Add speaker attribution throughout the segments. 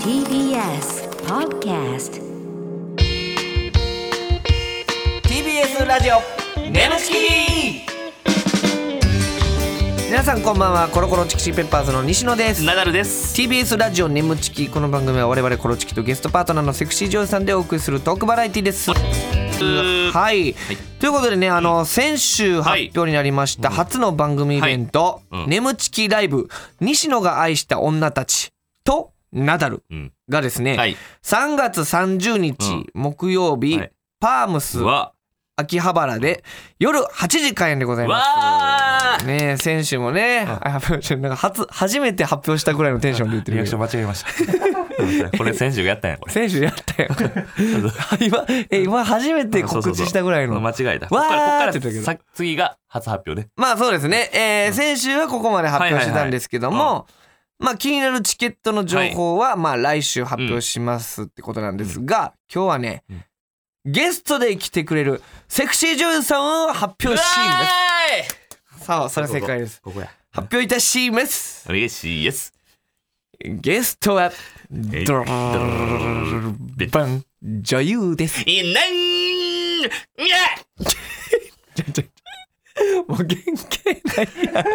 Speaker 1: TBS Podcast
Speaker 2: TBS ラジオ
Speaker 3: ネムチ
Speaker 2: 皆さんこんばんはコロコロチキチキペッパーズの西野です
Speaker 3: キナダルです。
Speaker 2: TBS ラジオネムチキこの番組は我々コロチキとゲストパートナーのセクシージョージさんでお送りするトークバラエティですはい、ということでねあの先週発表になりました初の番組イベント「
Speaker 3: はいうん
Speaker 2: ネムチキライブ西野が愛した女たち」と「ナダル
Speaker 3: うん」
Speaker 2: がですね、
Speaker 3: はい。
Speaker 2: 3月30
Speaker 3: う
Speaker 2: 日
Speaker 3: ん
Speaker 2: 木曜日、
Speaker 3: はい
Speaker 2: パームス
Speaker 3: わ、
Speaker 2: 秋葉原で夜8時開演でございます
Speaker 3: わー。
Speaker 2: ねえ選手もね、あなんか初初めて発表したぐらいのテンションで言って
Speaker 4: リア
Speaker 2: る
Speaker 4: ク
Speaker 2: け
Speaker 4: ション間違
Speaker 2: ど
Speaker 4: えました。
Speaker 3: これ先週やったんやこれ。
Speaker 2: 選手やったよ 今え今初めて告知したぐらいの
Speaker 3: 間違えた。
Speaker 2: わー
Speaker 3: こっから
Speaker 2: って言ってたけど
Speaker 3: こっからさ次が初発表ね。
Speaker 2: まあそうですね、えー先週はここまで発表してたんですけども、
Speaker 3: はいはいは
Speaker 2: まあ気になるチケットの情報は、まあ来週発表しますってことなんですが、今日はね、
Speaker 3: ん
Speaker 2: ゲストで来てくれるセクシー女優さんを発表しま
Speaker 3: ーい。
Speaker 2: すさあそれは正解です
Speaker 3: ここや。
Speaker 2: 発表いたします
Speaker 3: 嬉しいです。
Speaker 2: ゲストは、ドローンバン、女優です。
Speaker 3: いいねん。いや。
Speaker 2: もう原型ない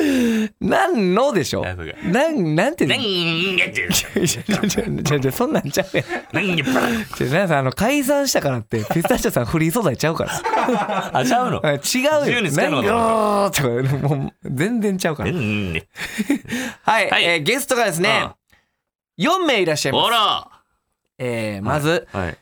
Speaker 2: やん。なんのでしょ
Speaker 3: なんとか
Speaker 2: なん、なんて
Speaker 3: なん
Speaker 2: い
Speaker 3: やって。
Speaker 2: やちょちょちょちょそんなんちゃうやん。
Speaker 3: なんや。
Speaker 2: ちょなんかあの解散したからって、ピスタチオさんフリー素材ちゃうから。
Speaker 3: あちゃうの。
Speaker 2: 違う
Speaker 3: 自由
Speaker 2: よ。
Speaker 3: に使えるのかと
Speaker 2: なんかとか、もう全然ちゃうか
Speaker 3: う
Speaker 2: ら。
Speaker 3: ん。
Speaker 2: はい、
Speaker 3: はい
Speaker 2: えーゲストがですね、4名いらっしゃいま
Speaker 3: ほ
Speaker 2: す。
Speaker 3: ら。
Speaker 2: えーまず、
Speaker 3: はい。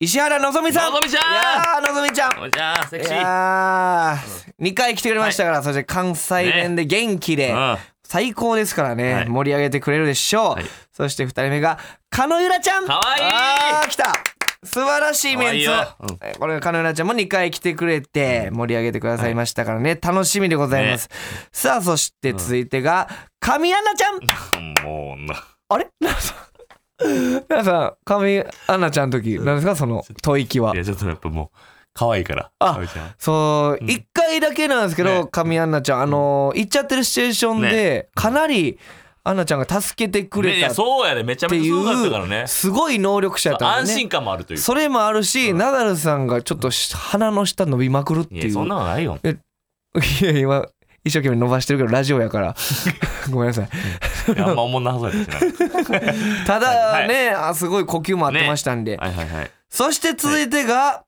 Speaker 2: 石原のぞみさん。
Speaker 3: のぞみちゃん
Speaker 2: いやーのぞみちゃん。
Speaker 3: じゃあセクシ
Speaker 2: い
Speaker 3: ー。
Speaker 2: や2回来てくれましたから、そして関西弁で元気で、
Speaker 3: うん。
Speaker 2: 最高ですからね、
Speaker 3: はい
Speaker 2: 盛り上げてくれるでしょう、
Speaker 3: はい
Speaker 2: そして2人目が狩野ゆらちゃん
Speaker 3: かわいい
Speaker 2: あー来た素晴らしいメンツ
Speaker 3: かわいいよ
Speaker 2: えこれ狩野ゆらちゃんも2回来てくれて盛り上げてくださいましたからね、楽しみでございます、さあそして続いてが神アナちゃん、
Speaker 3: もうな。
Speaker 2: あれ奈良さん奈良さん神アナちゃんの時何ですかその吐息はい
Speaker 3: やちょっとやっぱもう可愛いから。
Speaker 2: あ
Speaker 3: かおりちゃん
Speaker 2: そう、
Speaker 3: うん
Speaker 2: 一回だけなんですけど、
Speaker 3: ね
Speaker 2: 神アンナちゃん、あのー行っちゃってるシチュエーションで、
Speaker 3: ね
Speaker 2: かなりアンナちゃんが助けてくれ
Speaker 3: ねい
Speaker 2: た
Speaker 3: や
Speaker 2: っ
Speaker 3: そうやね。めちゃ
Speaker 2: て
Speaker 3: めちゃ
Speaker 2: い
Speaker 3: そうだった
Speaker 2: う
Speaker 3: からね。
Speaker 2: すごい能力者やったん
Speaker 3: 安
Speaker 2: で、
Speaker 3: 心
Speaker 2: ね、
Speaker 3: 感もあるというか。
Speaker 2: それもあるし、ナダルさんがちょっとし鼻の下伸びまくるって
Speaker 3: い
Speaker 2: いう
Speaker 3: や、そんなのないよ。
Speaker 2: いや今一生懸命伸ばしてるけどラジオやから ごめんなさい
Speaker 3: いやあんま思んなはずやったし な。
Speaker 2: ただね、あすごい呼吸も合ってましたんで、
Speaker 3: はいはいはい。
Speaker 2: そして続いてが、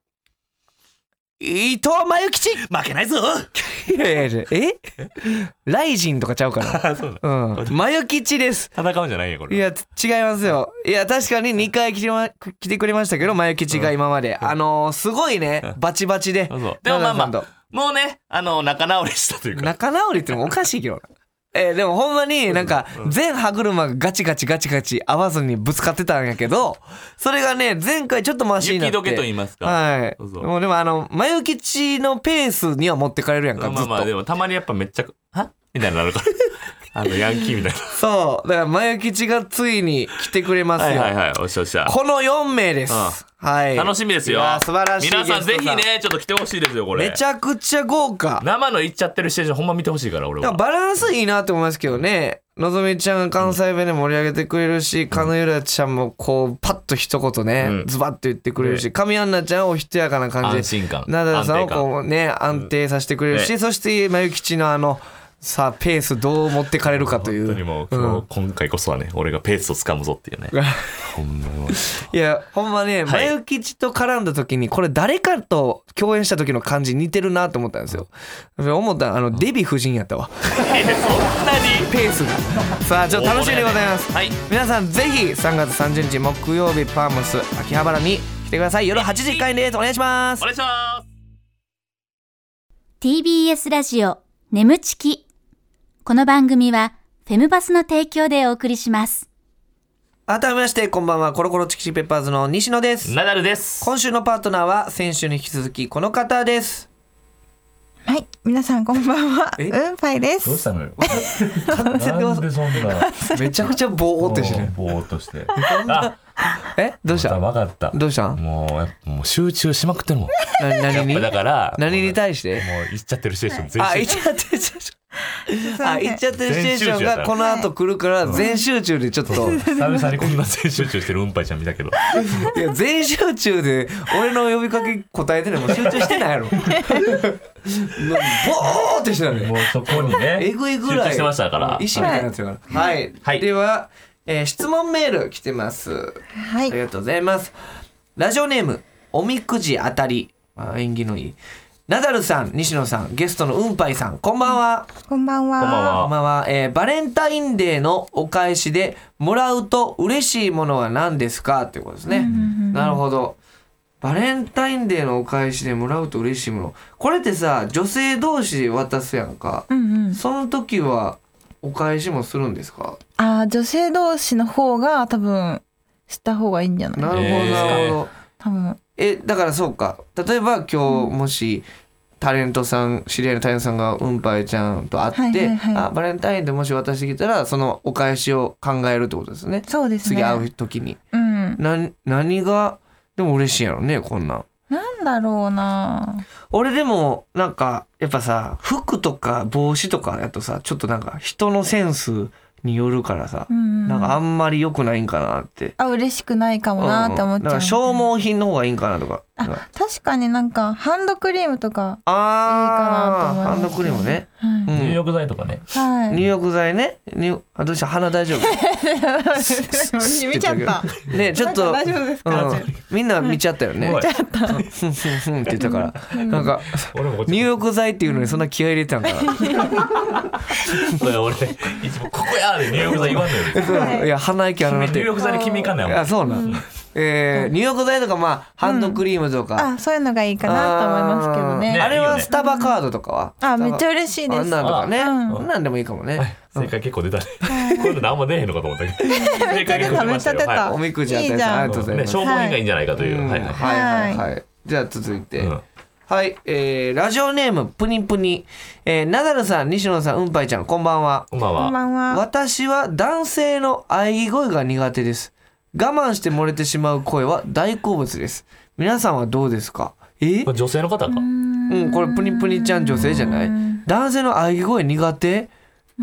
Speaker 2: 伊藤真由吉
Speaker 3: 負けないぞ
Speaker 2: いやいやいやえ ライジンとかちゃうから
Speaker 3: あそうだ
Speaker 2: うん。マヨ吉です。
Speaker 3: 戦うんじゃないよ、こ
Speaker 2: い
Speaker 3: れ。
Speaker 2: や、違いますよ。いや、確かに2回来て,、ま、来てくれましたけど、マヨ吉が今まで。あのー、すごいね、バチバチで。
Speaker 3: そうそうでもまあまあ
Speaker 2: ナダルさん
Speaker 3: もうね、あの、仲直りしたという
Speaker 2: と
Speaker 3: か。
Speaker 2: 仲直りってのもおかしいけどな。えーでもほんまになんか全歯車がガチガチガチガチ合わずにぶつかってたんやけどそれがね前回ちょっとマシになって
Speaker 3: 雪解けと言いますか。
Speaker 2: はい
Speaker 3: そうそう
Speaker 2: もうでもあのマヨ吉のペースには持ってかれるやんかずっ
Speaker 3: まあ
Speaker 2: と、
Speaker 3: まあ、でもたまにやっぱめっちゃ、はみたいになるから。 あの、ヤンキーみた いな。
Speaker 2: そうだからマヨ吉がついに来てくれますよ、
Speaker 3: はいはいはい、おっしゃおっしゃ。
Speaker 2: この4名です。
Speaker 3: う
Speaker 2: はい。
Speaker 3: 楽しみですよ
Speaker 2: いや。素晴らしい。
Speaker 3: 皆さんぜひ
Speaker 2: ゲスト
Speaker 3: ね、ちょっと来てほしいですよ、こ
Speaker 2: さん。
Speaker 3: れ。
Speaker 2: めちゃくちゃ豪華。
Speaker 3: 生の行っちゃってるシチュエーションほんま見てほしいから、俺
Speaker 2: なんか
Speaker 3: は。
Speaker 2: バランスいいなって思いますけどね。のぞみちゃんが関西弁で盛り上げてくれるし、かのゆらちゃんもこう、パッと一言ね、
Speaker 3: うん
Speaker 2: ズバッと言ってくれるし、かみあんなちゃんをおひとやかな感じで
Speaker 3: 安、心感。
Speaker 2: なだらさんを
Speaker 3: 安定感
Speaker 2: こうね、安定させてくれるし、
Speaker 3: ね
Speaker 2: そして、まゆきちのあの、さあ、ペースどう持ってかれるかとい
Speaker 3: 本当に
Speaker 2: う。
Speaker 3: もう、今日今回こそはね、俺がペースを掴むぞっていうね。ほんまにもう
Speaker 2: いや、ほんまね、ま
Speaker 3: はい
Speaker 2: ゆきちと絡んだ時に、これ誰かと共演した時の感じ似てるなと思ったんですよ。思ったのあの、デヴィ夫人やったわ。
Speaker 3: えそんなに
Speaker 2: ペースが。さあ、ちょっと楽しみでございます。
Speaker 3: はい
Speaker 2: 皆さん、ぜひ3月30日木曜日、パームス秋葉原に来てください。夜8時開演です。お願いします
Speaker 3: お。願いします
Speaker 5: TBS ラジオ眠ちきこの番組はフェムバスの提供でお送りします
Speaker 2: 改めまして、こんばんは。コロコロチキチキペッパーズの西野です。
Speaker 3: ナダルです
Speaker 2: 今週のパートナーは、先週に引き続き、この方です。
Speaker 6: はい、皆さんこんばんは。
Speaker 2: え
Speaker 6: うんぱいです。
Speaker 3: たのよ
Speaker 2: なんで
Speaker 3: そんな
Speaker 2: めちゃくちゃぼーってしてる。
Speaker 3: ぼーっとして
Speaker 2: えどうした
Speaker 3: 分かった
Speaker 2: どうしたん
Speaker 3: もうやっぱもう集中しまくってるもん
Speaker 2: な何に
Speaker 3: だから
Speaker 2: 何に対し
Speaker 3: も
Speaker 2: て
Speaker 3: う行っちゃってるシチュエーション全
Speaker 2: あ、
Speaker 3: 身
Speaker 2: いちゃってちゃ。
Speaker 6: すいま
Speaker 2: あ
Speaker 6: せ
Speaker 2: 行
Speaker 6: ん
Speaker 2: っちゃってるシチュエーションがこの後来るから全集中でちょっと
Speaker 3: 久々にこんな全集中してるうんぱいちゃん見 たけど
Speaker 2: いや全集中で俺の呼びかけ答えてるのもう集中してないやろもうボーってしてたね
Speaker 3: もうそこにね
Speaker 2: えぐいぐらい
Speaker 3: 集中してましたから
Speaker 2: 意志みたいになってるからはい、
Speaker 3: はい
Speaker 2: では、えー質問メール来てます
Speaker 6: は
Speaker 2: あり
Speaker 6: い
Speaker 2: がとうございます。ラジオネーム、おみくじあたり。あ縁起のいい。ナダルさん、西野さん、ゲストのうんぱいさん、こんばんは。
Speaker 6: こんばんは
Speaker 3: こんばんは
Speaker 2: こんばんは。えーバレンタインデーのお返しでもらうと嬉しいものは何ですかっていうことですね。なるほど。バレンタインデーのお返しでもらうと嬉しいもの。これってさ、女性同士で渡すやんか。
Speaker 6: うんうん
Speaker 2: その時はお返しもするんですか
Speaker 6: あー女性同士の方が多分した方がいいんじゃない
Speaker 2: なるほど、
Speaker 3: えー
Speaker 2: なるほど。
Speaker 6: 多分
Speaker 2: えだからそうか例えば今日もし、タレントさん知り合いのタレントさんがうんぱいちゃんと会って、
Speaker 6: はいはいはい
Speaker 2: あバレンタインでもし渡してきたらそのお返しを考えるってことですね
Speaker 6: そうですね
Speaker 2: 次会う時に、
Speaker 6: うん
Speaker 2: なん何がでも嬉しいやろねこんなん
Speaker 6: なんだろうな
Speaker 2: 俺でもなんかやっぱさ服とか帽子とかやとさちょっとなんか人のセンスによるからさ、
Speaker 6: うん
Speaker 2: なんかあんまり良くないんかなって
Speaker 6: あ嬉しくないかもなって思っ
Speaker 2: ん
Speaker 6: ち
Speaker 2: だ
Speaker 6: ゃ
Speaker 2: か
Speaker 6: う
Speaker 2: ら消耗品の方がいいんかなとかなんか
Speaker 6: あ確かになんかハンドクリームとか
Speaker 2: あ
Speaker 6: いいかなと
Speaker 2: あ
Speaker 6: 思います
Speaker 2: ハンドクリームね
Speaker 6: はい、
Speaker 2: うん
Speaker 3: 入浴剤とかね
Speaker 6: はい
Speaker 2: 入浴剤ね。入あどうした鼻大丈夫。
Speaker 6: 見ちゃった。
Speaker 2: ねちょっと。
Speaker 6: なんか大丈夫ですか
Speaker 2: うんみんな見ちゃったよね
Speaker 3: おい。
Speaker 2: ふんふんふんって言ったから。なんか
Speaker 3: 俺もこっち
Speaker 2: 入浴剤っていうのにそんな気合い入れて たんか
Speaker 3: 俺俺いつもここやーで入浴剤言わんのよ
Speaker 2: なそう。いや鼻息荒なって
Speaker 3: 入
Speaker 2: る。
Speaker 3: 浴剤で君いかんねん
Speaker 2: あそうなん。えー入浴剤とかまあハンドクリームとか。
Speaker 6: あ、そういうのがいいかなと思いますけど
Speaker 2: あー
Speaker 6: ね。
Speaker 2: あれ
Speaker 3: いいよ
Speaker 2: は
Speaker 3: ね
Speaker 2: スタバカードとかは。
Speaker 6: あ、めっちゃ
Speaker 2: ゃ
Speaker 6: 嬉しいで
Speaker 2: あ
Speaker 6: す。
Speaker 2: んなんとかね。
Speaker 6: あ
Speaker 2: う
Speaker 6: うん
Speaker 2: んなんでもいいかもね。
Speaker 3: 正解結構出たねこれで何も出えへんのかと思ったけど正解結構出ましたよ
Speaker 6: めっちゃ出た
Speaker 3: は
Speaker 2: おみくじあたり
Speaker 6: いいじ
Speaker 2: さ
Speaker 6: ゃ
Speaker 2: ん
Speaker 6: ん
Speaker 2: あり
Speaker 3: い
Speaker 2: がとうござい
Speaker 3: ね
Speaker 2: ます。
Speaker 3: 消防員がいいんじゃないかといううんは
Speaker 2: はい
Speaker 3: いはい
Speaker 2: はいはい。じゃあ続いて。
Speaker 3: うん
Speaker 2: はい、えー、ラジオネームプニプニ、えー、ナダルさん西野さんうんぱいちゃんこんばんは
Speaker 3: こんばん
Speaker 6: こん
Speaker 3: は
Speaker 6: ばんは。
Speaker 2: 私は男性の喘ぎ声が苦手です我慢して漏れてしまう声は大好物です皆さんはどうですかえ
Speaker 3: これ女性の方か
Speaker 2: うんこれプニプニちゃん女性じゃない男性の喘ぎ声苦手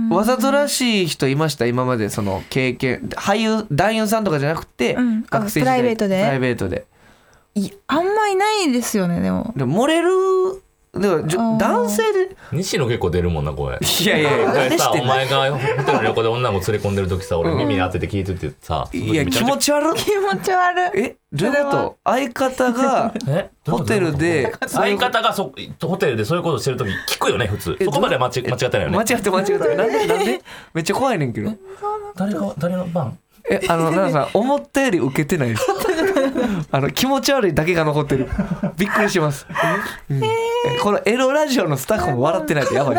Speaker 2: わざとらしい人いました今までその経験俳優男優さんとかじゃなくて、
Speaker 6: うんあ
Speaker 2: 学生時
Speaker 6: プラ
Speaker 2: 代
Speaker 6: イベート
Speaker 2: プ
Speaker 6: で
Speaker 2: ライベートで
Speaker 6: いあんまいないですよね、でも。
Speaker 2: でも漏れるでもじょ
Speaker 6: あー
Speaker 2: 男性で
Speaker 3: 西野結構出るもんな声
Speaker 2: いやいやいやなん
Speaker 3: 俺
Speaker 2: で知
Speaker 3: さ
Speaker 2: って
Speaker 3: お
Speaker 2: んの
Speaker 3: 前がホテルの横で女の子連れ込んでる時さ俺耳当てて聞いててさ
Speaker 2: いや気持
Speaker 3: ち
Speaker 2: ち悪っ
Speaker 6: 気持ち悪い。
Speaker 2: えどういうこと相方が
Speaker 3: え
Speaker 2: ホテルで
Speaker 3: 相方がそホテルでそういうことしてる時聞くよね普通
Speaker 2: え
Speaker 3: そこまで間違間違ってないよ
Speaker 2: 間違
Speaker 3: ね
Speaker 2: って間違ってなんでなんでめっちゃ怖いねんけど
Speaker 3: 誰が誰の番
Speaker 2: えあ の奈々さん思ったより受けてないです あの気持ち悪いだけが残ってるびっくりします、うんこのエロラジオのスタッフも笑ってないと やばい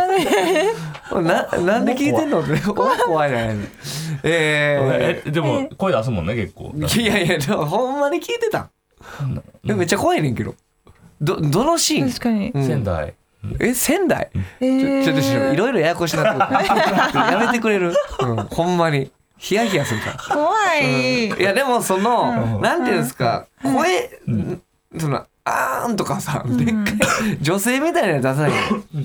Speaker 2: ななんで聞いてんのって怖いなえ
Speaker 3: えでも声出すもんね結構
Speaker 2: ー、いやいやでもほんまに聞いてたんえめっちゃ怖いねんけどどどのシーン
Speaker 6: 確かに。
Speaker 2: うん
Speaker 3: 仙台
Speaker 2: え仙台ち
Speaker 6: え
Speaker 2: ょ
Speaker 6: ー
Speaker 2: ちょっとちょっといろいろややこしなってく るやめてくれる、うん、ほんまにヒヤヒヤするから、
Speaker 6: 怖い。
Speaker 2: いやでもその、
Speaker 3: うん
Speaker 2: なんていうんですか、声、そのあーんとかさ、でっかい女性みたいなの出さないの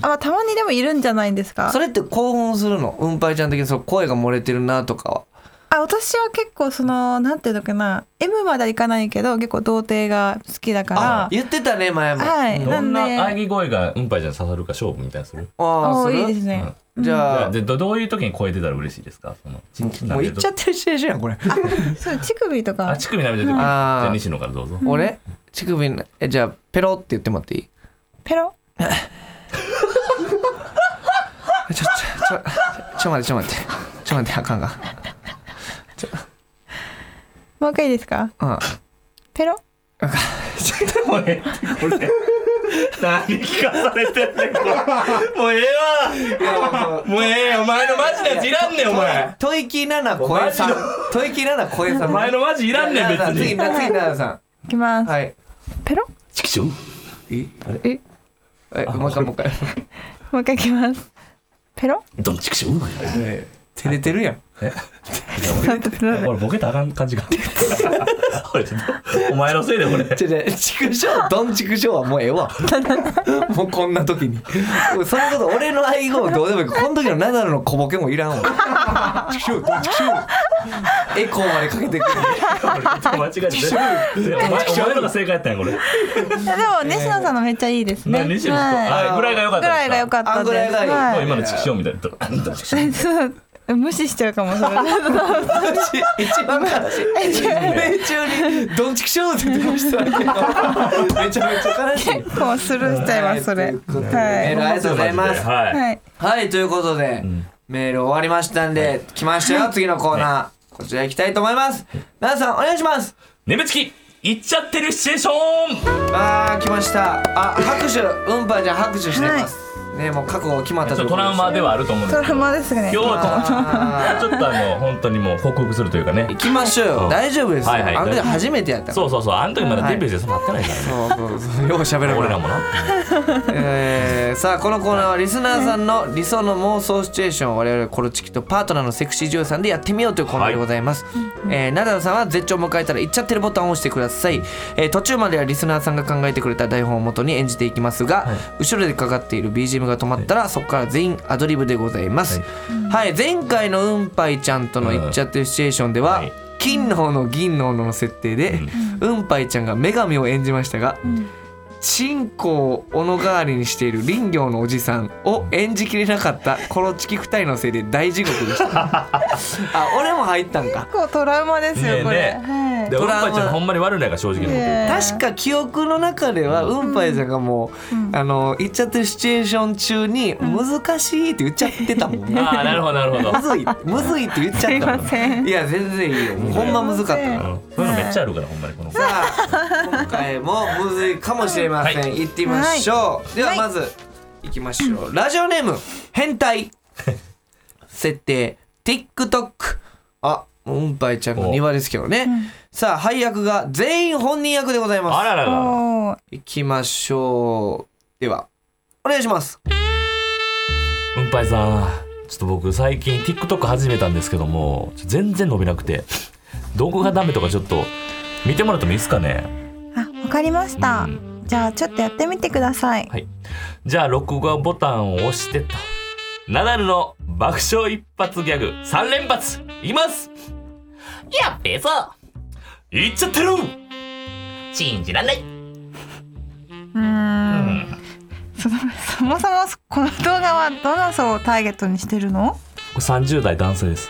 Speaker 6: あ、まあたまにでもいるんじゃないですか
Speaker 2: そ。れって興奮するのうんぱいちゃん的にその声が漏れてるなとかは
Speaker 6: あ、私は結構その、なんていうのかな、M まではいかないけど、結構童貞が好きだか
Speaker 2: 言ってたね前も
Speaker 6: ら。はい。な
Speaker 3: ど
Speaker 6: ん
Speaker 3: ん
Speaker 6: で。
Speaker 3: な喘ぎ声がうんぱいじゃん刺さるか勝負みたいなする
Speaker 2: あ
Speaker 6: お
Speaker 2: あ
Speaker 6: ー
Speaker 2: す
Speaker 6: いい
Speaker 2: る
Speaker 6: ですね。
Speaker 2: じゃあ
Speaker 3: でどどういう時に声出たら嬉しいですかそのチンチン舐
Speaker 2: もう
Speaker 3: め
Speaker 2: 言っちゃってるシチュエーションやんこれ
Speaker 6: そう、乳首と
Speaker 3: あ
Speaker 6: か。
Speaker 3: 乳首舐めてる時じ
Speaker 2: あー
Speaker 3: ゃあ西野からどうぞ
Speaker 2: 俺乳首なえじゃあペロって言ってもらっていい
Speaker 6: ペロ
Speaker 2: ちょ、ちょ、ちょ、ちょ待って、ちょ待って。ちょ待って、あかんが。
Speaker 6: もう一回いいですか
Speaker 2: うん。
Speaker 6: ペロ
Speaker 3: 俺、俺、何聞かされてんねん、これもうええわもうええよお前のマジなやついらんねん、お前
Speaker 2: トイキナナ小江さん
Speaker 3: マジ。
Speaker 2: トイキナナ小江さん。
Speaker 3: お前のマジいらんねん、別
Speaker 2: 次、次、
Speaker 3: に
Speaker 2: ナナさ
Speaker 6: いきま
Speaker 2: ん。
Speaker 6: す。
Speaker 2: はい。
Speaker 6: ペロ
Speaker 3: チキション
Speaker 2: え
Speaker 6: え
Speaker 2: え、もう一回、もう一回。
Speaker 6: もう一回いきます。ペロ
Speaker 3: ドンチキション
Speaker 2: えー照れてるやん。
Speaker 3: 俺ボケたらあかん感じが 俺ちょっとお前のせいでこれ
Speaker 2: ちょちょ、畜生、ドン畜生はもうええわ。 もうこんな時に。そのこと、俺の愛語どうでもいい。この時のナダルの小ボケもいらんわ。畜生、ドン畜生。エコーまでかけてくる。
Speaker 3: 間違えてねお前お前のが正解やったんやこれ
Speaker 6: いやでも西野さんのめっちゃいいですね。
Speaker 3: ね西野さんはいぐらいが良かった
Speaker 6: ぐ
Speaker 3: ですから
Speaker 6: いが良かったです。
Speaker 2: あぐらいがいい
Speaker 6: は
Speaker 3: もう今のチクショーみたいな
Speaker 6: そう無視しちゃうかもしれない。
Speaker 2: 一番悲しい。命中に、ドン畜生って出ましたけど。めちゃめちゃ悲しい。
Speaker 6: こうスルーしちゃいますそ
Speaker 2: は
Speaker 6: れ
Speaker 2: いということでメール
Speaker 6: は
Speaker 2: ありがとうござい ます。
Speaker 6: い
Speaker 3: はい
Speaker 6: はい
Speaker 2: はい、ということで、メール終わりましたんで、来ましたよ、次のコーナー。こちら行きたいと思います。皆さん、お願いします。
Speaker 3: 眠ちき行っちゃってるシチュエーション
Speaker 2: あー、来ました。あ、拍手、うんぱんじゃん拍手してます。ね、もう覚悟決まった
Speaker 3: ちょっとトラウマではあると思うんで
Speaker 6: ト
Speaker 3: すけ
Speaker 6: ラウ
Speaker 3: ど
Speaker 6: マですね
Speaker 3: 今日は
Speaker 2: あ
Speaker 3: ちょっとあの本当にもう報告するというかね
Speaker 2: ー行きましょう
Speaker 3: う
Speaker 2: よ。
Speaker 3: ん
Speaker 2: 大丈夫ですよ。
Speaker 3: はいはい
Speaker 2: あの時初めてやったから。
Speaker 3: そうそうそうあの時まだデビューしてそのなってないからね
Speaker 2: そうそうそうよう喋る
Speaker 3: 俺
Speaker 2: な
Speaker 3: らもな
Speaker 2: えー、さあこのコーナーはリスナーさんの理想の妄想シチュエーションを我々コロチキとパートナーのセクシー女優さんでやってみようというコーナーでございます、えーナダルさんは絶頂を迎えたら行っちゃってるボタンを押してください、えー途中まではリスナーさんが考えてくれた台本を元に演じていきますが、後ろでかかっている BGM が止まったら、そこから全員アドリブでございます
Speaker 3: は
Speaker 2: はい、前回のうんぱいちゃんとの行っちゃってるシチュエーションでは、
Speaker 3: うんはい
Speaker 2: 金の斧銀の斧の設定で、うん、ぱいちゃんが女神を演じましたが、チンコを斧代わりにしている林業のおじさんを演じきれなかったコロチキ二人のせいで大地獄でした あ俺も入ったんか
Speaker 6: 結構トラウマです
Speaker 3: ねえ
Speaker 6: よこれ。
Speaker 3: ね
Speaker 6: はい
Speaker 3: で
Speaker 2: ト
Speaker 3: 俺
Speaker 2: ラウマ
Speaker 3: ばちゃんほんまに悪いないから正直なこと
Speaker 6: えー
Speaker 2: 確か記憶の中ではうんぱいちゃんがもう、あの行っちゃってるシチュエーション中に「難しい」って言っちゃってたもんな、
Speaker 3: ああなるほどなるほど
Speaker 2: むずいむずいって言っちゃったもん
Speaker 6: すいません
Speaker 2: いや全然いいよもうほんまむずかったから
Speaker 3: うんそういうのめっちゃあるからほんまにこの
Speaker 2: さあ今回もむずいかもしれません、
Speaker 3: はい
Speaker 2: 行ってみましょう、では
Speaker 6: はい
Speaker 2: まず行きましょう、ラジオネーム変態設定 TikTok あもううんぱいちゃんの庭ですけどね、さあ配役が全員本人役でござい
Speaker 3: あ
Speaker 2: ま
Speaker 3: ららら
Speaker 6: おー
Speaker 2: す行きましょうではお願いします
Speaker 3: うんぱいさんちょっと僕最近 TikTok 始めたんですけどもちょ全然伸びなくてどこがダメとかちょっと見てもらってもいいですかね
Speaker 6: あわかりました
Speaker 3: う。
Speaker 6: じゃあちょっとやってみてください。
Speaker 3: はいじゃあ録画ボタンを押してとナダルの爆笑一発ギャグ3連発いきますやっべえぞいっちゃってる信じらんないう
Speaker 6: ーん。そのそもそもこの動画はどの層をターゲットにしてるの？
Speaker 3: 30代男性です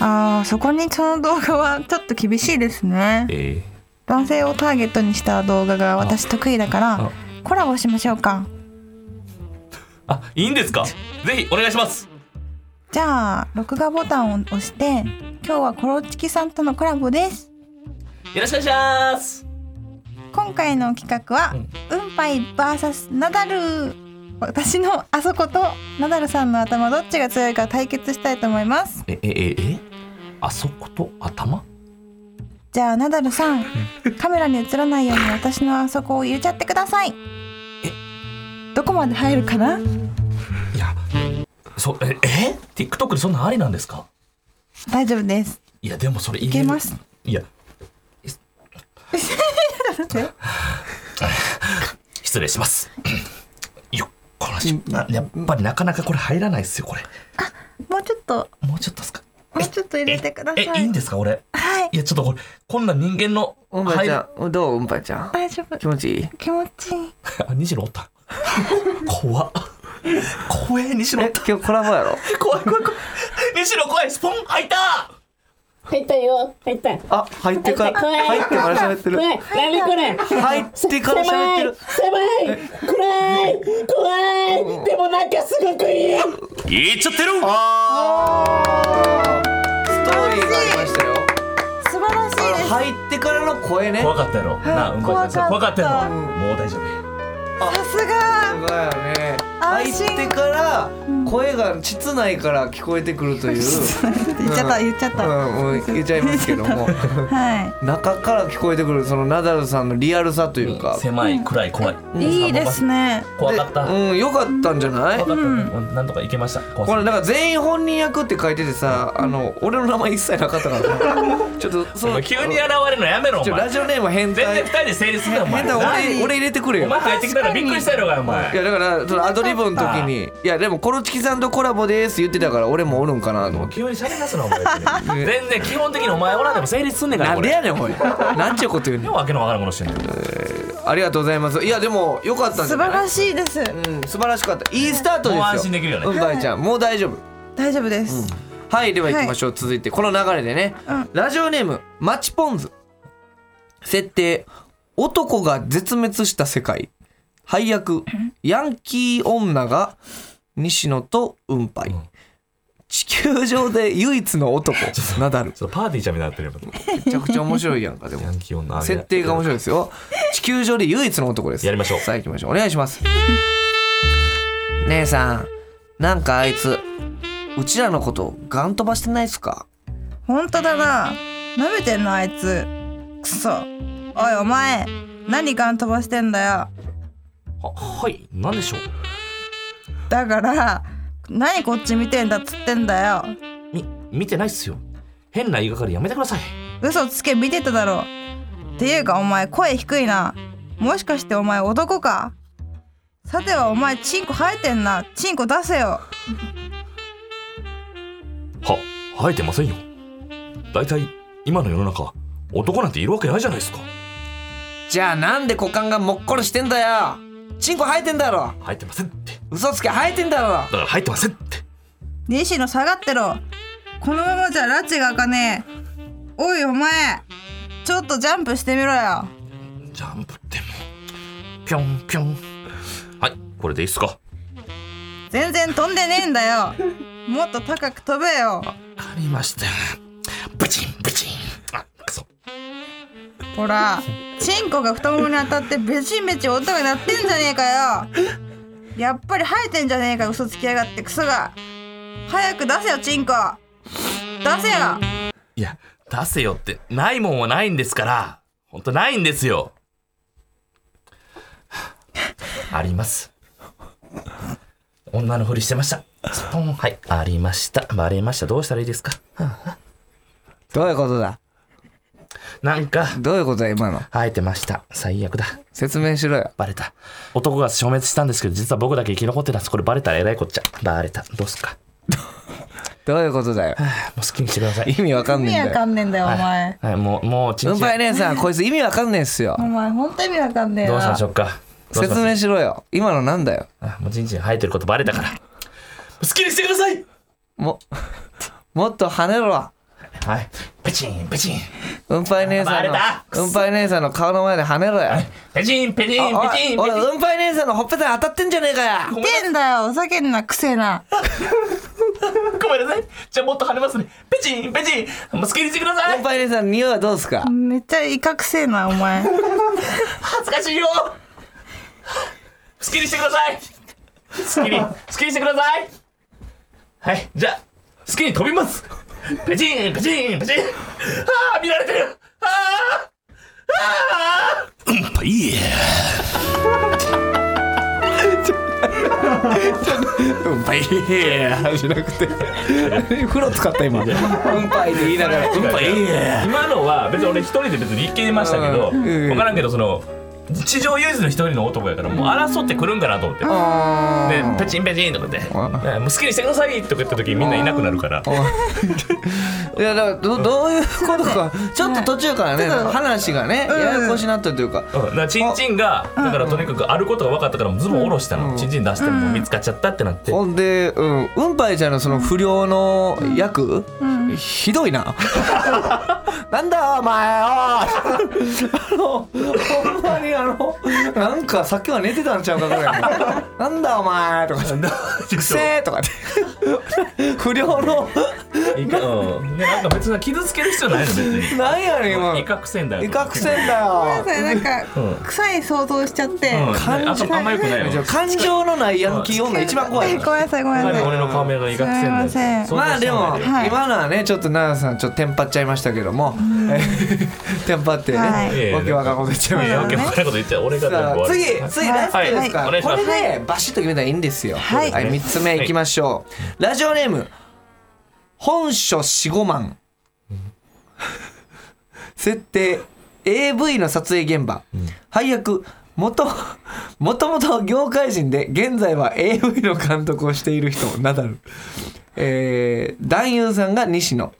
Speaker 6: ああそこにその動画はちょっと厳しいですね。
Speaker 3: え
Speaker 6: 男性をターゲットにした動画が私得意だか
Speaker 3: あ
Speaker 6: らコラボしましょうか。
Speaker 3: ー、あいいんですかぜひお願いします
Speaker 6: じゃあ録画ボタンを押して今日はコロチキさんとのコラボです
Speaker 3: よろしくお願いします
Speaker 6: 今回の企画は、うんぱい VS ナダル私のあそことナダルさんの頭どっちが強いか対決したいと思います
Speaker 3: ええええあそこと頭
Speaker 6: じゃあナダルさんカメラに映らないように私のあそこを入れちゃってくださいどこまで入るかない
Speaker 3: やそええ TikTok でそんなんありなんですか
Speaker 6: 大丈夫です
Speaker 3: いやでもそれい
Speaker 6: いけます
Speaker 3: い や失礼し ますよっこのしあやっぱりなかなかこれ入らないですよこれ
Speaker 6: もうちょっと
Speaker 3: もうちょっとですか
Speaker 6: もうちょっと入れてくださ
Speaker 3: え
Speaker 6: い
Speaker 3: えいいんですか俺
Speaker 6: はい
Speaker 3: いやちょっとこれこんな人間の
Speaker 2: うんぱいち
Speaker 3: 入
Speaker 2: ゃんどううんぱいちゃん
Speaker 6: 大丈夫
Speaker 2: 気持ちいい
Speaker 6: 気持ちいい
Speaker 3: るあ西野おった 怖っ怖え西野おっ
Speaker 2: え
Speaker 3: た
Speaker 2: 今日コラボやろ
Speaker 3: 怖い怖い怖い西野怖いスポン開いた
Speaker 1: 入ったよ入った入っ
Speaker 2: あ入ってから
Speaker 1: 怖い
Speaker 2: 入ってから喋ってる
Speaker 1: 怖い何これ
Speaker 2: 入ってから喋ってる
Speaker 1: 狭い狭い暗い怖いでもなんかすごくいい
Speaker 3: 言っちゃってる
Speaker 2: あーストーリーがありましたよ
Speaker 6: 素晴らしいです
Speaker 2: 入ってからの声ね
Speaker 3: 怖かったやろなあうんこちゃん
Speaker 6: 怖かった
Speaker 3: 怖かったやろもう大丈夫
Speaker 6: さすが
Speaker 2: そうだよね
Speaker 6: 安心
Speaker 2: 入ってから声が膣内から聞こえてくるという、
Speaker 6: 言っちゃった言っちゃった、
Speaker 2: うんうん、言っちゃいますけど も
Speaker 6: は
Speaker 2: 中から聞こえてくるそのナダルさんのリアルさというか、
Speaker 3: 狭い暗い怖い
Speaker 6: い、いいですね
Speaker 3: 怖かった
Speaker 2: でうん、よかったんじゃない、
Speaker 3: 怖かったうんなんとかいけました怖
Speaker 2: こ
Speaker 3: さ
Speaker 2: れだから全員本人役って書いててさ、あの俺の名前一切なかったからねちょっと
Speaker 3: お
Speaker 2: そ
Speaker 3: 前
Speaker 2: う
Speaker 3: 急に現れるのやめろお
Speaker 2: ちょラ
Speaker 3: 前
Speaker 2: ジオネーム変
Speaker 3: 全
Speaker 2: 態
Speaker 3: 然二人で成立するなお前
Speaker 2: 変態俺俺入れてくれ
Speaker 3: お
Speaker 2: よ
Speaker 3: 前入ってきたらびっくりしたやろがお
Speaker 2: いや
Speaker 3: 前
Speaker 2: だからそのアドリブの時に「いやでもコロチキさんとコラボです」言ってたから俺もおるんかなと思って
Speaker 3: 急に喋り出すなお前全然基本的にお前おらんでも成立すんねんから
Speaker 2: なん
Speaker 3: こ
Speaker 2: で
Speaker 3: れ
Speaker 2: やねんおいなんちゅうこと言うねん
Speaker 3: ようわけのわからんことしてんねん
Speaker 2: ありがとうございますいやでもよかったんじ
Speaker 6: 素
Speaker 2: ゃない
Speaker 6: 晴らしいです、
Speaker 2: うん素晴らしかったいいスタートですよ
Speaker 3: もう安心できるよね
Speaker 2: うんばいちゃんもう大丈夫
Speaker 6: 大丈夫です、
Speaker 2: はいでは行きましょう、続いてこの流れでね、
Speaker 6: うん
Speaker 2: ラジオネームマチポンズ設定男が絶滅した世界配役ヤンキー女が西野と運杯、
Speaker 3: ん
Speaker 2: 地球上で唯一の男ナダル
Speaker 3: ちょっとパーティーちゃんみたいになってるよ
Speaker 2: めちゃくちゃ面白いやんか でも
Speaker 3: ヤンキー女
Speaker 2: 設定が面白
Speaker 3: 白い
Speaker 2: いですよ地球上で唯一の男です
Speaker 3: やりましょう
Speaker 2: さあ行きましょうお願いします姉さんなんかあいつうちらのことガン飛ばしてないっすか
Speaker 6: 本当だな舐めてんのあいつくそおいお前何ガン飛ばしてんだよ
Speaker 3: ははい何でしょう
Speaker 6: だから何こっち見てんだっつってんだよ
Speaker 3: み見てないっすよ変な言いがかりやめてください
Speaker 6: 嘘つけ見てただろっていうかお前声低いなもしかしてお前男かさてはお前チンコ生えてんなチンコ出せよ
Speaker 3: は生えてませんよだいたい今の世の中男なんているわけないじゃないですか
Speaker 2: じゃあなんで股間がもっこりしてんだよチンコ生えてんだろ
Speaker 3: 生えてませんって
Speaker 2: 嘘つけ生えてんだろ
Speaker 3: だから生えてませんって
Speaker 6: 西野下がってろこのままじゃ拉致が開かねえおいお前ちょっとジャンプしてみろよ
Speaker 3: ジャンプってもうぴょんぴょんはいこれでいいっすか
Speaker 6: 全然飛んでねえんだよもっと高く飛べよ
Speaker 3: わかりましたブチンブチンあくそ
Speaker 6: ほらチンコが太ももに当たってべちんべちん音が鳴ってんじゃねえかよやっぱり生えてんじゃねえか嘘つきやがってクソが早く出せよチンコ出せよ
Speaker 3: いや出せよってないもんはないんですからほんとないんですよあります女のふりしてましたスポンはいありましたバレましたどうしたらいいですか
Speaker 2: どういうことだ
Speaker 3: なんか
Speaker 2: どういうことだ今の
Speaker 3: 生えてました最悪だ
Speaker 2: 説明しろよ
Speaker 3: バレた男が消滅したんですけど実は僕だけ生き残ってたんですこれバレたらえらいこっちゃバレたどうすっか
Speaker 2: どういうことだよ
Speaker 3: もう好きにしてください
Speaker 2: 意味わかん
Speaker 6: 意
Speaker 2: ねえ
Speaker 6: 味
Speaker 2: ん
Speaker 6: わ
Speaker 2: だよ
Speaker 6: かんねえんだよお前
Speaker 3: はいもうもうちん
Speaker 2: 運
Speaker 3: ちん
Speaker 2: 搬姉さんこいつ意味わかんねえっすよ
Speaker 6: お前ほんと意味わかんねえな
Speaker 3: どうしましょうかどうし
Speaker 2: 説
Speaker 3: ましょう
Speaker 2: 明しろよ今のなんだよ
Speaker 3: あもうちんちん生えてることバレたから好きにしてください
Speaker 2: も もっと跳ねろ
Speaker 3: はい。ペチン、ペチン。
Speaker 2: 運搬姉さんの
Speaker 3: バレたくそ
Speaker 2: 運搬姉さんの顔の前で跳ねろよ
Speaker 3: ペチン、ペチン、ペ
Speaker 2: お
Speaker 3: チ
Speaker 2: い
Speaker 3: ン。ペ
Speaker 2: 俺
Speaker 3: チン
Speaker 2: 運搬姉さんのほっぺたに当たってんじゃねえかよ
Speaker 6: 言ってんだよお酒んなくせえな
Speaker 3: ごめんなさい。じゃあもっと跳ねますね。ペチン、ペチン。もう好きにしてくださ
Speaker 2: 運
Speaker 3: い。
Speaker 2: 搬姉さんの匂いはどうすか
Speaker 6: めっちゃ威嚇くせえなお前
Speaker 3: 恥ずかしいよ。好きにしてください。好きに、好きにしてください。はい。じゃあ、好きに飛びます。ペチン、ペチン、ペチン。ああ、見られてる。ああ。ああ。うんぱい。
Speaker 2: 運搬しなくて 風呂使った今運搬で言いながら運搬
Speaker 3: 今のは別に俺一人で別に言ってましたけど、
Speaker 2: うんうん
Speaker 3: 分からんけどその地上唯一の一人の男やからもう争ってくるんかなと思って。
Speaker 2: あ
Speaker 3: で
Speaker 2: ー
Speaker 3: ペチンペチンとかって「もう好きにしてください」とか言った時みんないなくなるから
Speaker 2: いやだからどどういうことかちょっと途中からね話がね
Speaker 6: ん
Speaker 2: ややこしなったというか
Speaker 3: うんだからチンチンがだからとにかくあることが分かったからもうズボン下ろしたのチンチン出しても見つかっちゃったってなって
Speaker 2: ほんで、うん、うんぱいちゃんのその不良の役、ひどいな。なんだよお前おいあのほんまにあのなんかさっきは寝てたんちゃうかぐらいのなんだお前とか
Speaker 3: なんだ
Speaker 2: くせえとかって不良の
Speaker 3: いかうんねなんか別に傷つける必要ないの別に
Speaker 2: なんやねん今
Speaker 3: 威嚇せんだよ
Speaker 2: 威嚇せんだよ
Speaker 6: それなんか
Speaker 3: うん
Speaker 6: 臭い想像しちゃって、
Speaker 3: うん
Speaker 6: は
Speaker 2: 感じ
Speaker 3: あんまあんま良くないよ
Speaker 2: 感情のないヤンキー女
Speaker 6: い
Speaker 2: 一番怖い
Speaker 6: ごめんなさいごめんな
Speaker 3: なんで
Speaker 6: さ
Speaker 3: 俺の顔面が威嚇せんだよ
Speaker 6: すいません
Speaker 3: 想像
Speaker 2: まあ
Speaker 3: しち
Speaker 2: で
Speaker 3: ゃ
Speaker 2: も、
Speaker 3: うんだけど
Speaker 6: はい
Speaker 2: 今のはねちょっと奈々さんちょっとテンパっちゃいましたけども、えー テンパってね、
Speaker 6: はい
Speaker 2: わけわかんないこと言っちゃいま
Speaker 3: い
Speaker 2: し
Speaker 3: や
Speaker 2: た
Speaker 3: わ
Speaker 2: け
Speaker 3: け
Speaker 2: ど。
Speaker 3: わかんないこと言っちゃう俺
Speaker 2: さ
Speaker 3: がなんか
Speaker 2: あ
Speaker 3: 悪い
Speaker 2: 次次ラストですか、
Speaker 3: はいお願いし
Speaker 2: こ
Speaker 3: ます
Speaker 2: れでバシッと決めたらいいんですよ
Speaker 6: はい
Speaker 2: 3つ目いきましょう、ラジオネーム本書四五万設定 AV の撮影現場、配役元元々業界人で現在は AV の監督をしている人ナダル、えー、男優さんが西野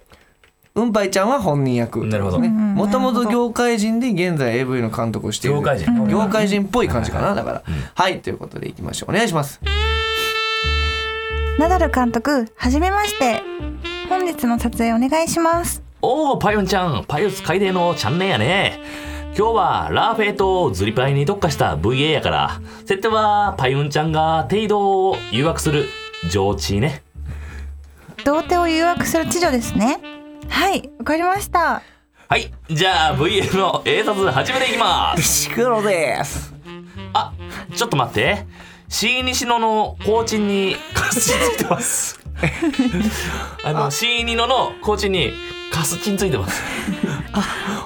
Speaker 2: うんぱいちゃんは本人役
Speaker 3: なるほど
Speaker 2: ねもともと業界人で現在 AV の監督をしている
Speaker 3: 業界人
Speaker 2: 業界人っぽい感じかなだからはいということでいきましょうお願いします
Speaker 6: いナダル監督はじめまして本日の撮影お願いします
Speaker 3: おおパヨンちゃんパヨス海底のチャンネルやね今日はラーフェイとズリパイに特化した VA やから設定はパヨンちゃんがテイドを誘惑する上智ね
Speaker 6: 童貞を誘惑する知女ですねはいわかりました
Speaker 3: はいじゃあ VA の A 撮始めていきます
Speaker 2: シクロです
Speaker 3: あちょっと待ってシ西野のコーチンにカスチンついてますあのシニノのコーチンにカスチンついてます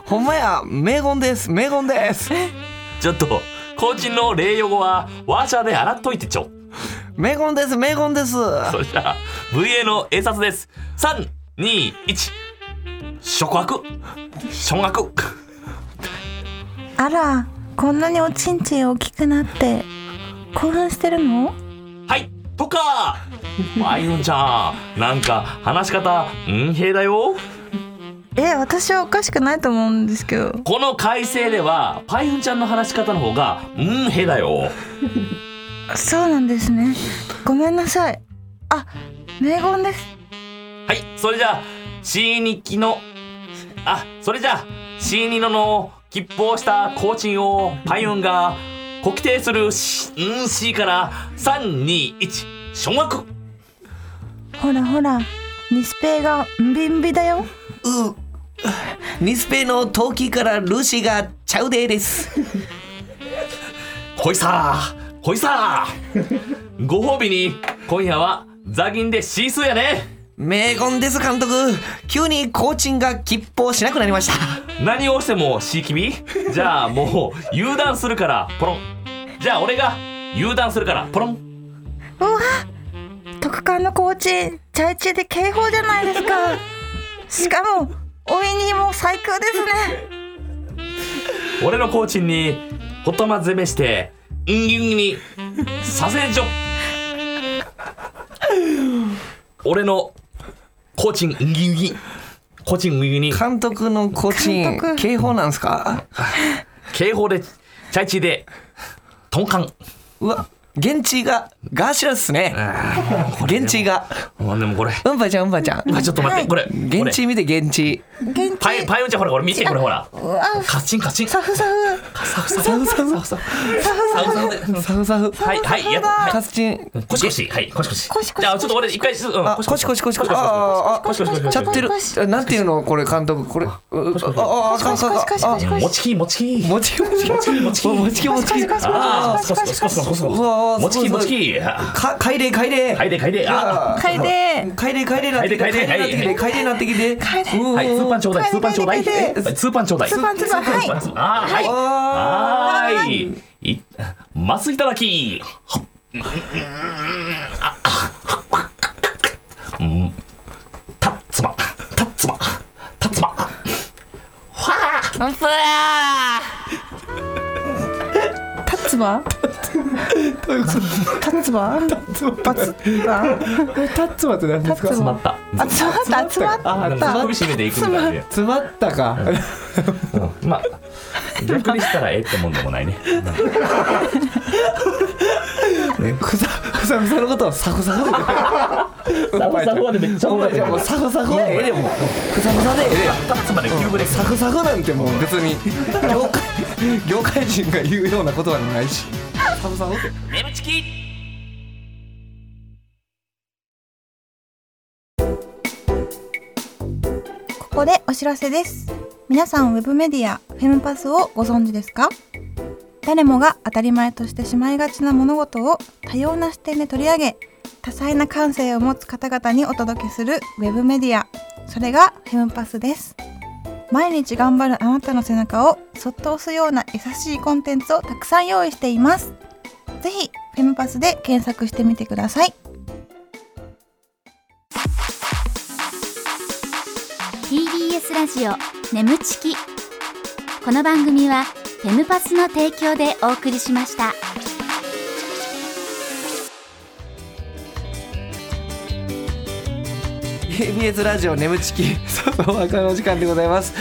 Speaker 2: ほんまや名言です名言です
Speaker 3: ちょっとコーチンの礼用語はワーシャーで洗っといてちょ
Speaker 2: 名言です名言です
Speaker 3: それじゃあ VA の A 札です321触白小学
Speaker 6: あらこんなにおちんちん大きくなって興奮してるの
Speaker 3: はいとかあゆんちゃんなんか話し方うん平だよ
Speaker 6: え私はおかしくないと思うんですけど
Speaker 3: この改正ではパイユンちゃんの話し方の方がうんへだよ
Speaker 6: そうなんですねごめんなさいあ名言です
Speaker 3: はいそれじゃあ C2 期のあそれじゃあ C2 のの吉報したコーチンをパイユンが固定するしうん C から321小学
Speaker 6: ほらほらニスペイがんびんびだよ
Speaker 2: ニスペの陶器からルシがちゃうでです
Speaker 3: ほいさーほいさーご褒美に今夜はザギンでシースーやね
Speaker 2: 名言です監督急にコーチンが吉報しなくなりました
Speaker 3: 何をしてもシーキビじゃあもう油断するからポロンじゃあ俺が油断するからポロン
Speaker 6: うわ特艦のコーチチャイチで警報じゃないですかしかもおいにも最高ですね
Speaker 3: 俺のコーチンにほとま攻めしてうんぎゅんぎにさせんじょ俺のコーチンうんぎゅんぎコーチンうんぎゅんに
Speaker 2: 監督のコーチ
Speaker 6: 監
Speaker 2: ン
Speaker 6: 督
Speaker 2: 警報なんすか
Speaker 3: 警報でチャイチーでトンカン
Speaker 2: うわ現地がガーシュラっすね現地が
Speaker 3: まあでもこれ
Speaker 2: うんぱちゃんうんぱちゃん
Speaker 3: あちょっと待ってこれ
Speaker 2: 現地見て現地
Speaker 6: 現
Speaker 3: パイ
Speaker 6: 地
Speaker 3: パイオンちゃんほらこれ見てこれほら
Speaker 6: うわ
Speaker 3: カチンカチンサ
Speaker 6: サフサフ
Speaker 3: フサフサフサフサフ
Speaker 2: サフサフ
Speaker 3: はいはいやっ
Speaker 2: カ
Speaker 3: は
Speaker 2: スチン
Speaker 3: いコシコシはいコシコシ
Speaker 6: コシコ
Speaker 3: じ
Speaker 6: シ
Speaker 3: ゃあちょっと俺一回うん
Speaker 2: あコシコシコシコシ
Speaker 3: コシ
Speaker 2: あああ
Speaker 3: コシコシコシ
Speaker 2: ちゃってるあなんていうのこれ監督これううあああかんかんかんあ
Speaker 3: もちきもちき
Speaker 2: もちもちもちもちもちもち
Speaker 3: ああコシコシコシコシ
Speaker 2: うわ
Speaker 3: もちきもちき
Speaker 2: か海霊海霊
Speaker 3: はいではいであ
Speaker 2: あ
Speaker 6: 海で
Speaker 2: 海霊海霊なってきて海霊なってきて海霊なってきて
Speaker 3: はいスーパンちょうだいスーパンちょうだい
Speaker 6: はいはい
Speaker 3: はいスーパンちょうだい
Speaker 6: スーパンスーパンはい
Speaker 3: スーパンあーはいはーいいますいただきあうんたっつまたっつまたっつまはあ
Speaker 6: タツバタツババ
Speaker 2: タ
Speaker 6: ツバ
Speaker 2: ッツマって何です
Speaker 3: 詰まった
Speaker 6: 集まった集まっ
Speaker 2: あ
Speaker 3: なんか首絞めていくみたいで
Speaker 2: 詰まったか
Speaker 3: うんまあ 逆にしたらええってもんでもないね
Speaker 2: ねふさふさふさのことをサフサフ
Speaker 1: サフサフはねめっちゃおもろい
Speaker 2: じゃあもうサフサフはええでもうふさふさでええで
Speaker 3: つまり急ブレーキ
Speaker 2: サフサフなんてもう別 に業界業界人が言うようなことはないしサフサフって
Speaker 3: 眠ちき
Speaker 6: ここでお知らせです。皆さんウェブメディアフェムパスをご存知ですか誰もが当たり前としてしまいがちな物事を多様な視点で取り上げ、多彩な感性を持つ方々にお届けするウェブメディア、それがフェムパスです。毎日頑張るあなたの背中をそっと押すような優しいコンテンツをたくさん用意しています。ぜひフェムパスで検索してみてください。
Speaker 5: TBS ラジオ眠ちきこの番組はフェムパスの提供でお送りしました
Speaker 2: k b s ラジオ眠ちきそのお別れのお時間でございます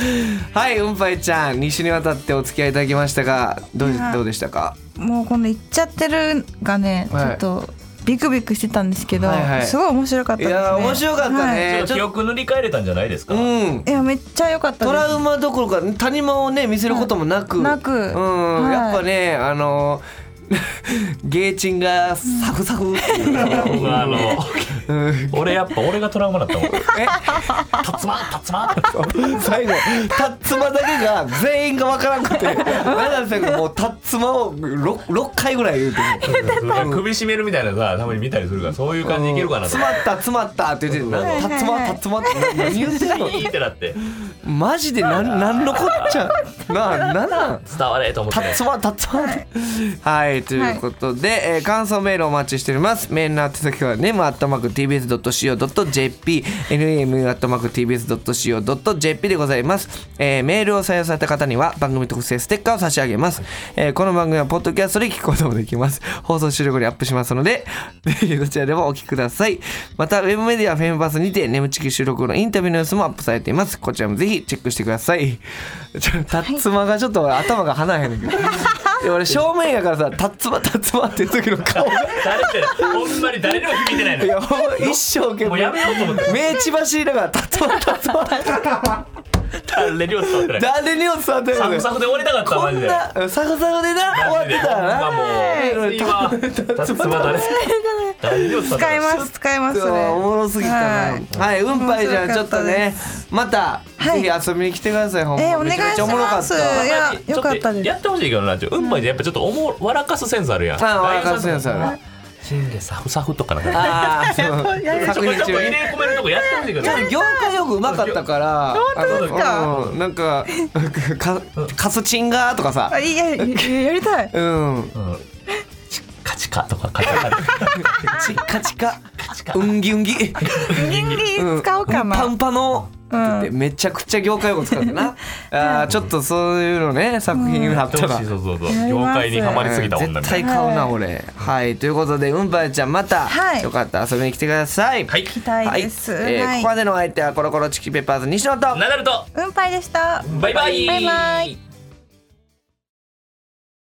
Speaker 2: はいうんぱいちゃん2週にわたってお付き合いいただきましたがどうで
Speaker 6: はい
Speaker 2: どうでしたか
Speaker 6: もうこの「行っちゃってる」がね、
Speaker 2: はい
Speaker 6: ちょっとビクビクしてたんですけど、
Speaker 2: はいはい
Speaker 6: すごい面白かった
Speaker 2: い
Speaker 6: です、ね、
Speaker 2: やー面白かった
Speaker 6: はい
Speaker 2: ねち
Speaker 3: 記
Speaker 2: ょっ
Speaker 3: 憶塗り替えれたんじゃないですか、
Speaker 2: とうん
Speaker 6: いやめっちゃ良かった
Speaker 2: ト
Speaker 6: で
Speaker 2: ラ
Speaker 6: す
Speaker 2: ウマどころか谷間をね見せることもなく、
Speaker 6: はいなく
Speaker 2: うん、
Speaker 6: はい
Speaker 2: やっぱねあの ゲーチンがサフ サフっていうね
Speaker 3: 僕はあの
Speaker 2: うん
Speaker 3: 俺やっぱ俺がトラウマだったもんえたつまたつま
Speaker 2: 最後タッツマだけが全員がわからん くてなんだかもうタッツマを 6, 六回ぐらい言うてる
Speaker 3: 首絞めるみたいなさたまに見たりするからそういう感じいけるかなと
Speaker 2: 詰まった詰まったって言ってる
Speaker 3: はい
Speaker 2: タッツマタッツマってな何言ってんの
Speaker 3: いいってなって
Speaker 2: マジでなんなんのこっちゃなあなんなん
Speaker 3: 伝われと思って
Speaker 2: た
Speaker 3: ね
Speaker 2: つまたつまはいということで、えー感想メールお待ちしておりますメールの宛先は n e m a t m a c t b s c o j p n m a t m a c t b s c o j p でございます、えーメールを採用された方には番組特製ステッカーを差し上げます、えーこの番組はポッドキャストで聞くこともできます放送終了後にアップしますので ぜひどちらでもお聞きくださいまたウェブメディアフェムバスにて眠ちき収録後のインタビューの様子もアップされていますこちらもぜひチェックしてくださいちょタッツマがちょっと頭が離れへんねんけどで俺正面やからさ「たつまたつま」って言う時の顔が
Speaker 3: 誰ってほんまに誰にも響いてないの
Speaker 2: い
Speaker 3: よ
Speaker 2: やほんま一生懸命
Speaker 3: もうやめようと思って
Speaker 2: 目血走りながら「たつまた つま」
Speaker 3: 誰にも伝わってない
Speaker 2: 誰にも伝わって
Speaker 3: サ
Speaker 2: ない
Speaker 3: フサフで終わりたかった
Speaker 2: こ
Speaker 3: マジ
Speaker 2: ん
Speaker 3: で
Speaker 2: なうんサフサフでな終わってたらな
Speaker 3: マジでほんまもう今たつま誰誰にも伝わって
Speaker 6: 使
Speaker 3: ないい
Speaker 6: ます使いますそ
Speaker 2: そう
Speaker 6: れ
Speaker 2: おもろすぎたな
Speaker 6: は
Speaker 2: はいい、うんぱいじゃんちょっと
Speaker 6: 面白かったで
Speaker 2: ねまた、
Speaker 6: はい
Speaker 2: ぜひ遊びに来てくださいほんま、
Speaker 6: えーお願い
Speaker 2: めちゃめちゃおもろかっ
Speaker 6: します
Speaker 2: た
Speaker 6: いや
Speaker 3: ちょと
Speaker 6: よかったです
Speaker 3: やってほしいけどなちょうんぱいでやっぱちょっとおも笑かすセンスあるやん
Speaker 2: あ笑かすセンスある
Speaker 3: シンゲサフサフとかなんか
Speaker 2: ああそう
Speaker 3: ちょ
Speaker 2: 確
Speaker 3: こ
Speaker 2: 認
Speaker 3: ち
Speaker 2: 中
Speaker 3: ょこ入
Speaker 2: に
Speaker 3: れ込めるとこやってほしいけど
Speaker 2: ちょっと業界用語うまかったから本
Speaker 6: 当ですか
Speaker 2: うん、なんかかカスチンガーとかさ
Speaker 6: あいいやややりたい
Speaker 2: うん
Speaker 3: うんチカチカとかカチカ
Speaker 2: チッカチカ
Speaker 3: チカ
Speaker 2: うん ぎうんぎ
Speaker 6: 人間使おうか
Speaker 2: んパ
Speaker 6: な
Speaker 2: ンパの
Speaker 6: うん
Speaker 2: ってめちゃくちゃ業界用語使ってなあーちょっとそういうのね作品あっ
Speaker 3: そう
Speaker 2: たら、
Speaker 3: そうそうそう
Speaker 6: やり
Speaker 3: 業
Speaker 6: ます
Speaker 3: 界にはまりすぎた女み
Speaker 2: 絶
Speaker 3: たい
Speaker 2: 対
Speaker 3: な
Speaker 2: 買うな俺はいということでうんぱいちゃんまた
Speaker 6: はい
Speaker 2: よかったら遊びに来てください
Speaker 3: はい
Speaker 6: た
Speaker 2: はいいえ
Speaker 6: です
Speaker 2: ー
Speaker 6: はい
Speaker 2: ここまでのお相手はコロコロチキペッパーズ西野と
Speaker 3: ナダルと
Speaker 6: 運いでした
Speaker 3: バイバイ
Speaker 6: バイバイ